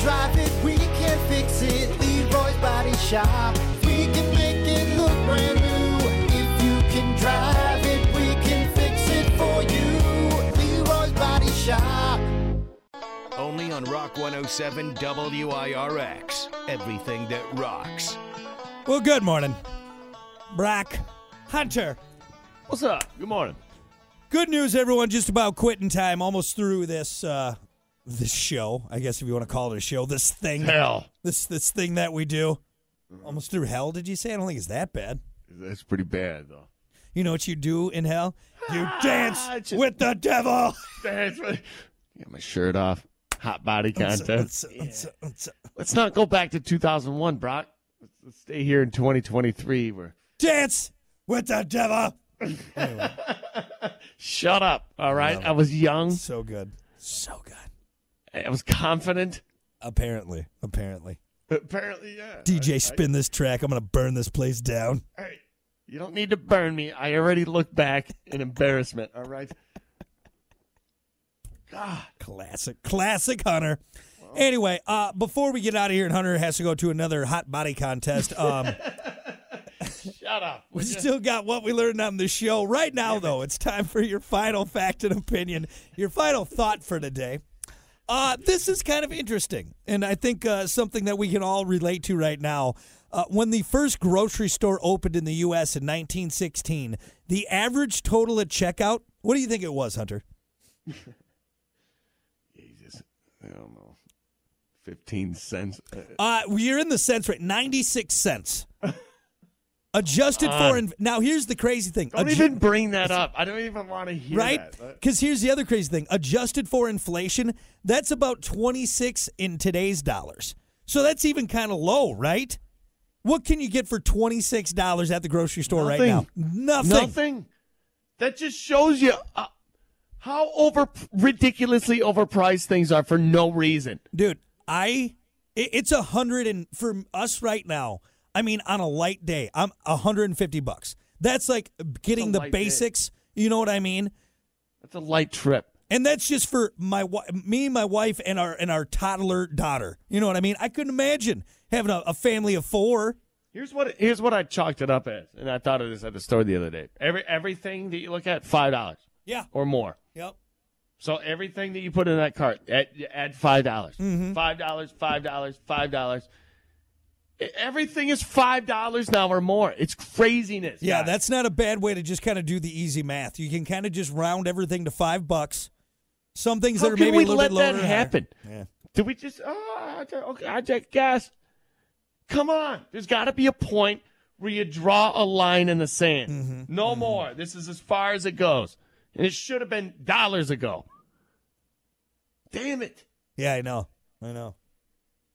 drive it, we can fix it. Leroy's Body Shop. We can make it look brand new. If you can drive it, we can fix it for you. Leroy's Body Shop. Only on Rock 107 WIRX. Everything that rocks. Well, good morning, Brack Hunter. What's up? Good morning. Good news, everyone. Just about quitting time. Almost through this uh, this show. I guess if you want to call it a show, this thing, Hell. this this thing that we do. Almost through hell. Did you say? I don't think it's that bad. That's pretty bad, though. You know what you do in hell? You dance I just- with the devil. That's right. Get my shirt off. Hot body contest. Let's not go back to 2001, Brock. Let's, let's stay here in 2023. Where Dance with the devil. shut up. All right. I was young. So good. So good. I was confident. Apparently. Apparently. Apparently, yeah. DJ, spin this track. I'm gonna burn this place down. Hey, you don't need to burn me. I already look back in embarrassment. All right. Classic, classic Hunter. Anyway, uh, before we get out of here, and Hunter has to go to another hot body contest. Um, Shut up. we still got what we learned on the show. Right now, though, it's time for your final fact and opinion, your final thought for today. Uh, this is kind of interesting, and I think uh, something that we can all relate to right now. Uh, when the first grocery store opened in the U.S. in 1916, the average total at checkout, what do you think it was, Hunter? Jesus. I don't know. 15 cents. Uh, Uh, we're in the cents rate, ninety-six cents. Adjusted for inv- now. Here's the crazy thing, Uh, Don't Adju- even bring that up. I don't even want to hear right? that. Uh, Because here's the other crazy thing: adjusted for inflation, that's about twenty-six in today's dollars. So that's even kind of low, right? What can you get for twenty-six dollars at the grocery store right now? Nothing. Nothing. That just shows you uh, how over ridiculously overpriced things are for no reason. dude i it, it's a hundred and for us right now i mean on a light day i'm a 150 bucks that's like getting a the light day. basics you know what i mean That's a light trip. and that's just for my wi- me my wife and our and our toddler daughter you know what i mean i couldn't imagine having a, a family of four Here's what here's what I chalked it up as, and I thought of this at the store the other day. Every everything that you look at, five dollars yeah or more. yep So everything that you put in that cart, add, add five dollars, five dollars, five dollars, five dollars. E, Everything is five dollars now or more. It's craziness. yeah guys. that's not a bad way to just kind of do the easy math you can kind of just round everything to five bucks some things How that are can maybe we a little let bit lower that and higher. happen? yeah Do we just oh, I took- okay, I take gas. Come on. There's got to be a point where you draw a line in the sand. Mm-hmm. No more. This is as far as it goes. And it should have been dollars ago. Damn it. yeah i know i know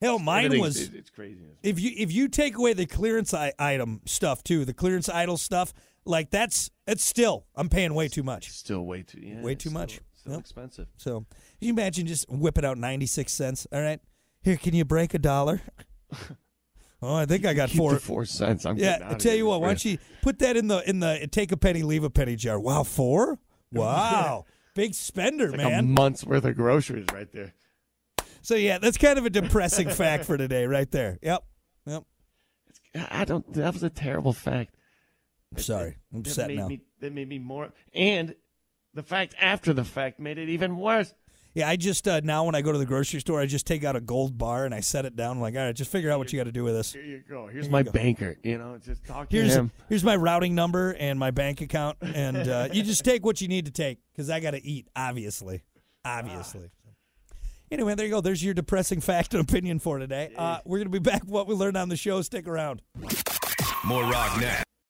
hell mine Everything- was it- it's craziness. if you if you take away the clearance I- item stuff too, the clearance idle stuff, like that's it's still I'm paying way too much. Still way too yeah, Way it's too still- much. Still Yep. expensive. So can you imagine just whipping out ninety six cents? All right, here can you break a dollar? oh, I think I got Keep four. the four cents. I'm yeah, getting I outta tell here you what, why with don't you put that in the in the take a penny, leave a penny jar? Wow, four? Wow, big spender, this. like a man. month's worth of groceries right there. so yeah, that's kind of a depressing fact for today, right there. Yep, yep. I I don't that was a terrible fact. I'm sorry, I'm that upset made now. Me, that made me more. And the fact after the fact made it even worse. Yeah, I just uh, now when I go to the grocery store, I just take out a gold bar and I set it down. I'm like, all right, just figure out what you got to do with this. Here you go. Here's my go. banker. You know, just talk to Here's him. here's my routing number and my bank account, and uh, you just take what you need to take because I got to eat, obviously, obviously. Anyway, there you go. There's your depressing fact and opinion for today. Uh, we're gonna be back. with What we learned on the show. Stick around. More rock now.